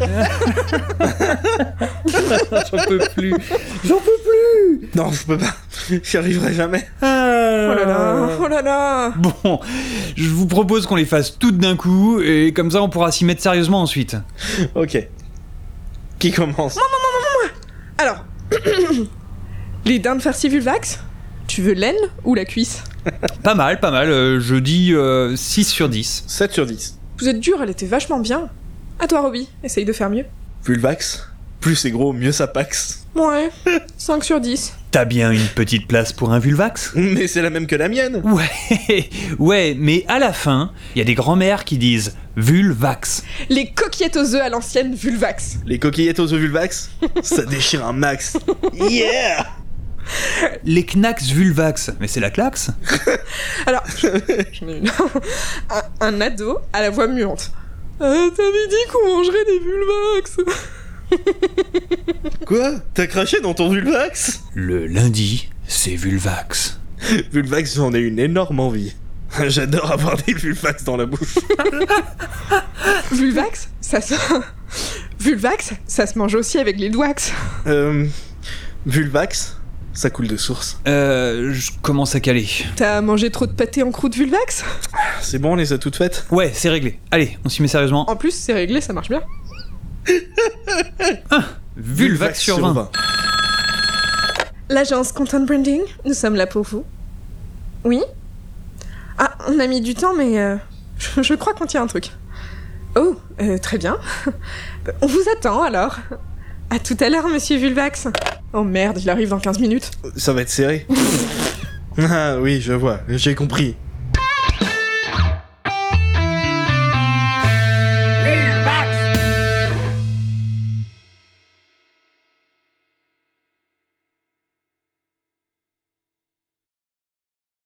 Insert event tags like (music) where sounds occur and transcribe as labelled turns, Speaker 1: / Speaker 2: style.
Speaker 1: (laughs) J'en peux plus. J'en peux plus.
Speaker 2: Non, je peux pas. (laughs) J'y arriverai jamais.
Speaker 1: Ah.
Speaker 3: Oh là là, oh là là.
Speaker 1: Bon, je vous propose qu'on les fasse toutes d'un coup et comme ça on pourra s'y mettre sérieusement ensuite.
Speaker 2: Ok. Qui commence
Speaker 3: Alors, (coughs) les dindes farcivulvax, tu veux l'aile ou la cuisse
Speaker 1: Pas mal, pas mal. euh, je dis euh, 6 sur 10.
Speaker 2: 7 sur 10.
Speaker 3: Vous êtes dur, elle était vachement bien. À toi, Roby, essaye de faire mieux.
Speaker 2: Pulvax. Plus c'est gros, mieux ça paxe.
Speaker 3: Ouais, 5 sur 10.
Speaker 1: T'as bien une petite place pour un vulvax
Speaker 2: (laughs) Mais c'est la même que la mienne.
Speaker 1: Ouais, (laughs) ouais, mais à la fin, il y a des grands-mères qui disent vulvax.
Speaker 3: Les coquillettes aux œufs à l'ancienne vulvax.
Speaker 2: Les coquillettes aux œufs
Speaker 1: (laughs)
Speaker 2: Vulvax, ça déchire un max. Yeah
Speaker 1: Les knacks vulvax. Mais c'est la clax
Speaker 3: Alors, j'en ai une. (laughs) un, un ado à la voix muante. Euh, T'avais dit qu'on mangerait des vulvax (laughs)
Speaker 2: Quoi T'as craché dans ton Vulvax (laughs)
Speaker 1: Le lundi, c'est vulvax.
Speaker 2: Vulvax, j'en ai une énorme envie. (laughs) J'adore avoir des Vulvax dans la bouche.
Speaker 1: (laughs)
Speaker 3: Vulvax, ça se... (laughs) Vulvax, ça se mange aussi avec les doigts.
Speaker 2: Euh, Vulvax, ça coule de source.
Speaker 1: Euh, je commence à caler.
Speaker 3: T'as mangé trop de pâté en croûte Vulvax
Speaker 2: C'est bon, on les a toutes faites
Speaker 1: Ouais, c'est réglé. Allez, on s'y met sérieusement.
Speaker 3: En plus, c'est réglé, ça marche bien.
Speaker 1: Vulvax sur 20.
Speaker 3: L'agence Content Branding, nous sommes là pour vous. Oui Ah, on a mis du temps, mais euh, (laughs) je, je crois qu'on tient un truc. Oh, euh, très bien. (laughs) On vous attend alors. À tout à l'heure, monsieur Vulvax.
Speaker 1: (laughs)
Speaker 3: Oh merde, il arrive dans 15 minutes.
Speaker 2: Ça va être serré. ah oui, je vois, j'ai compris.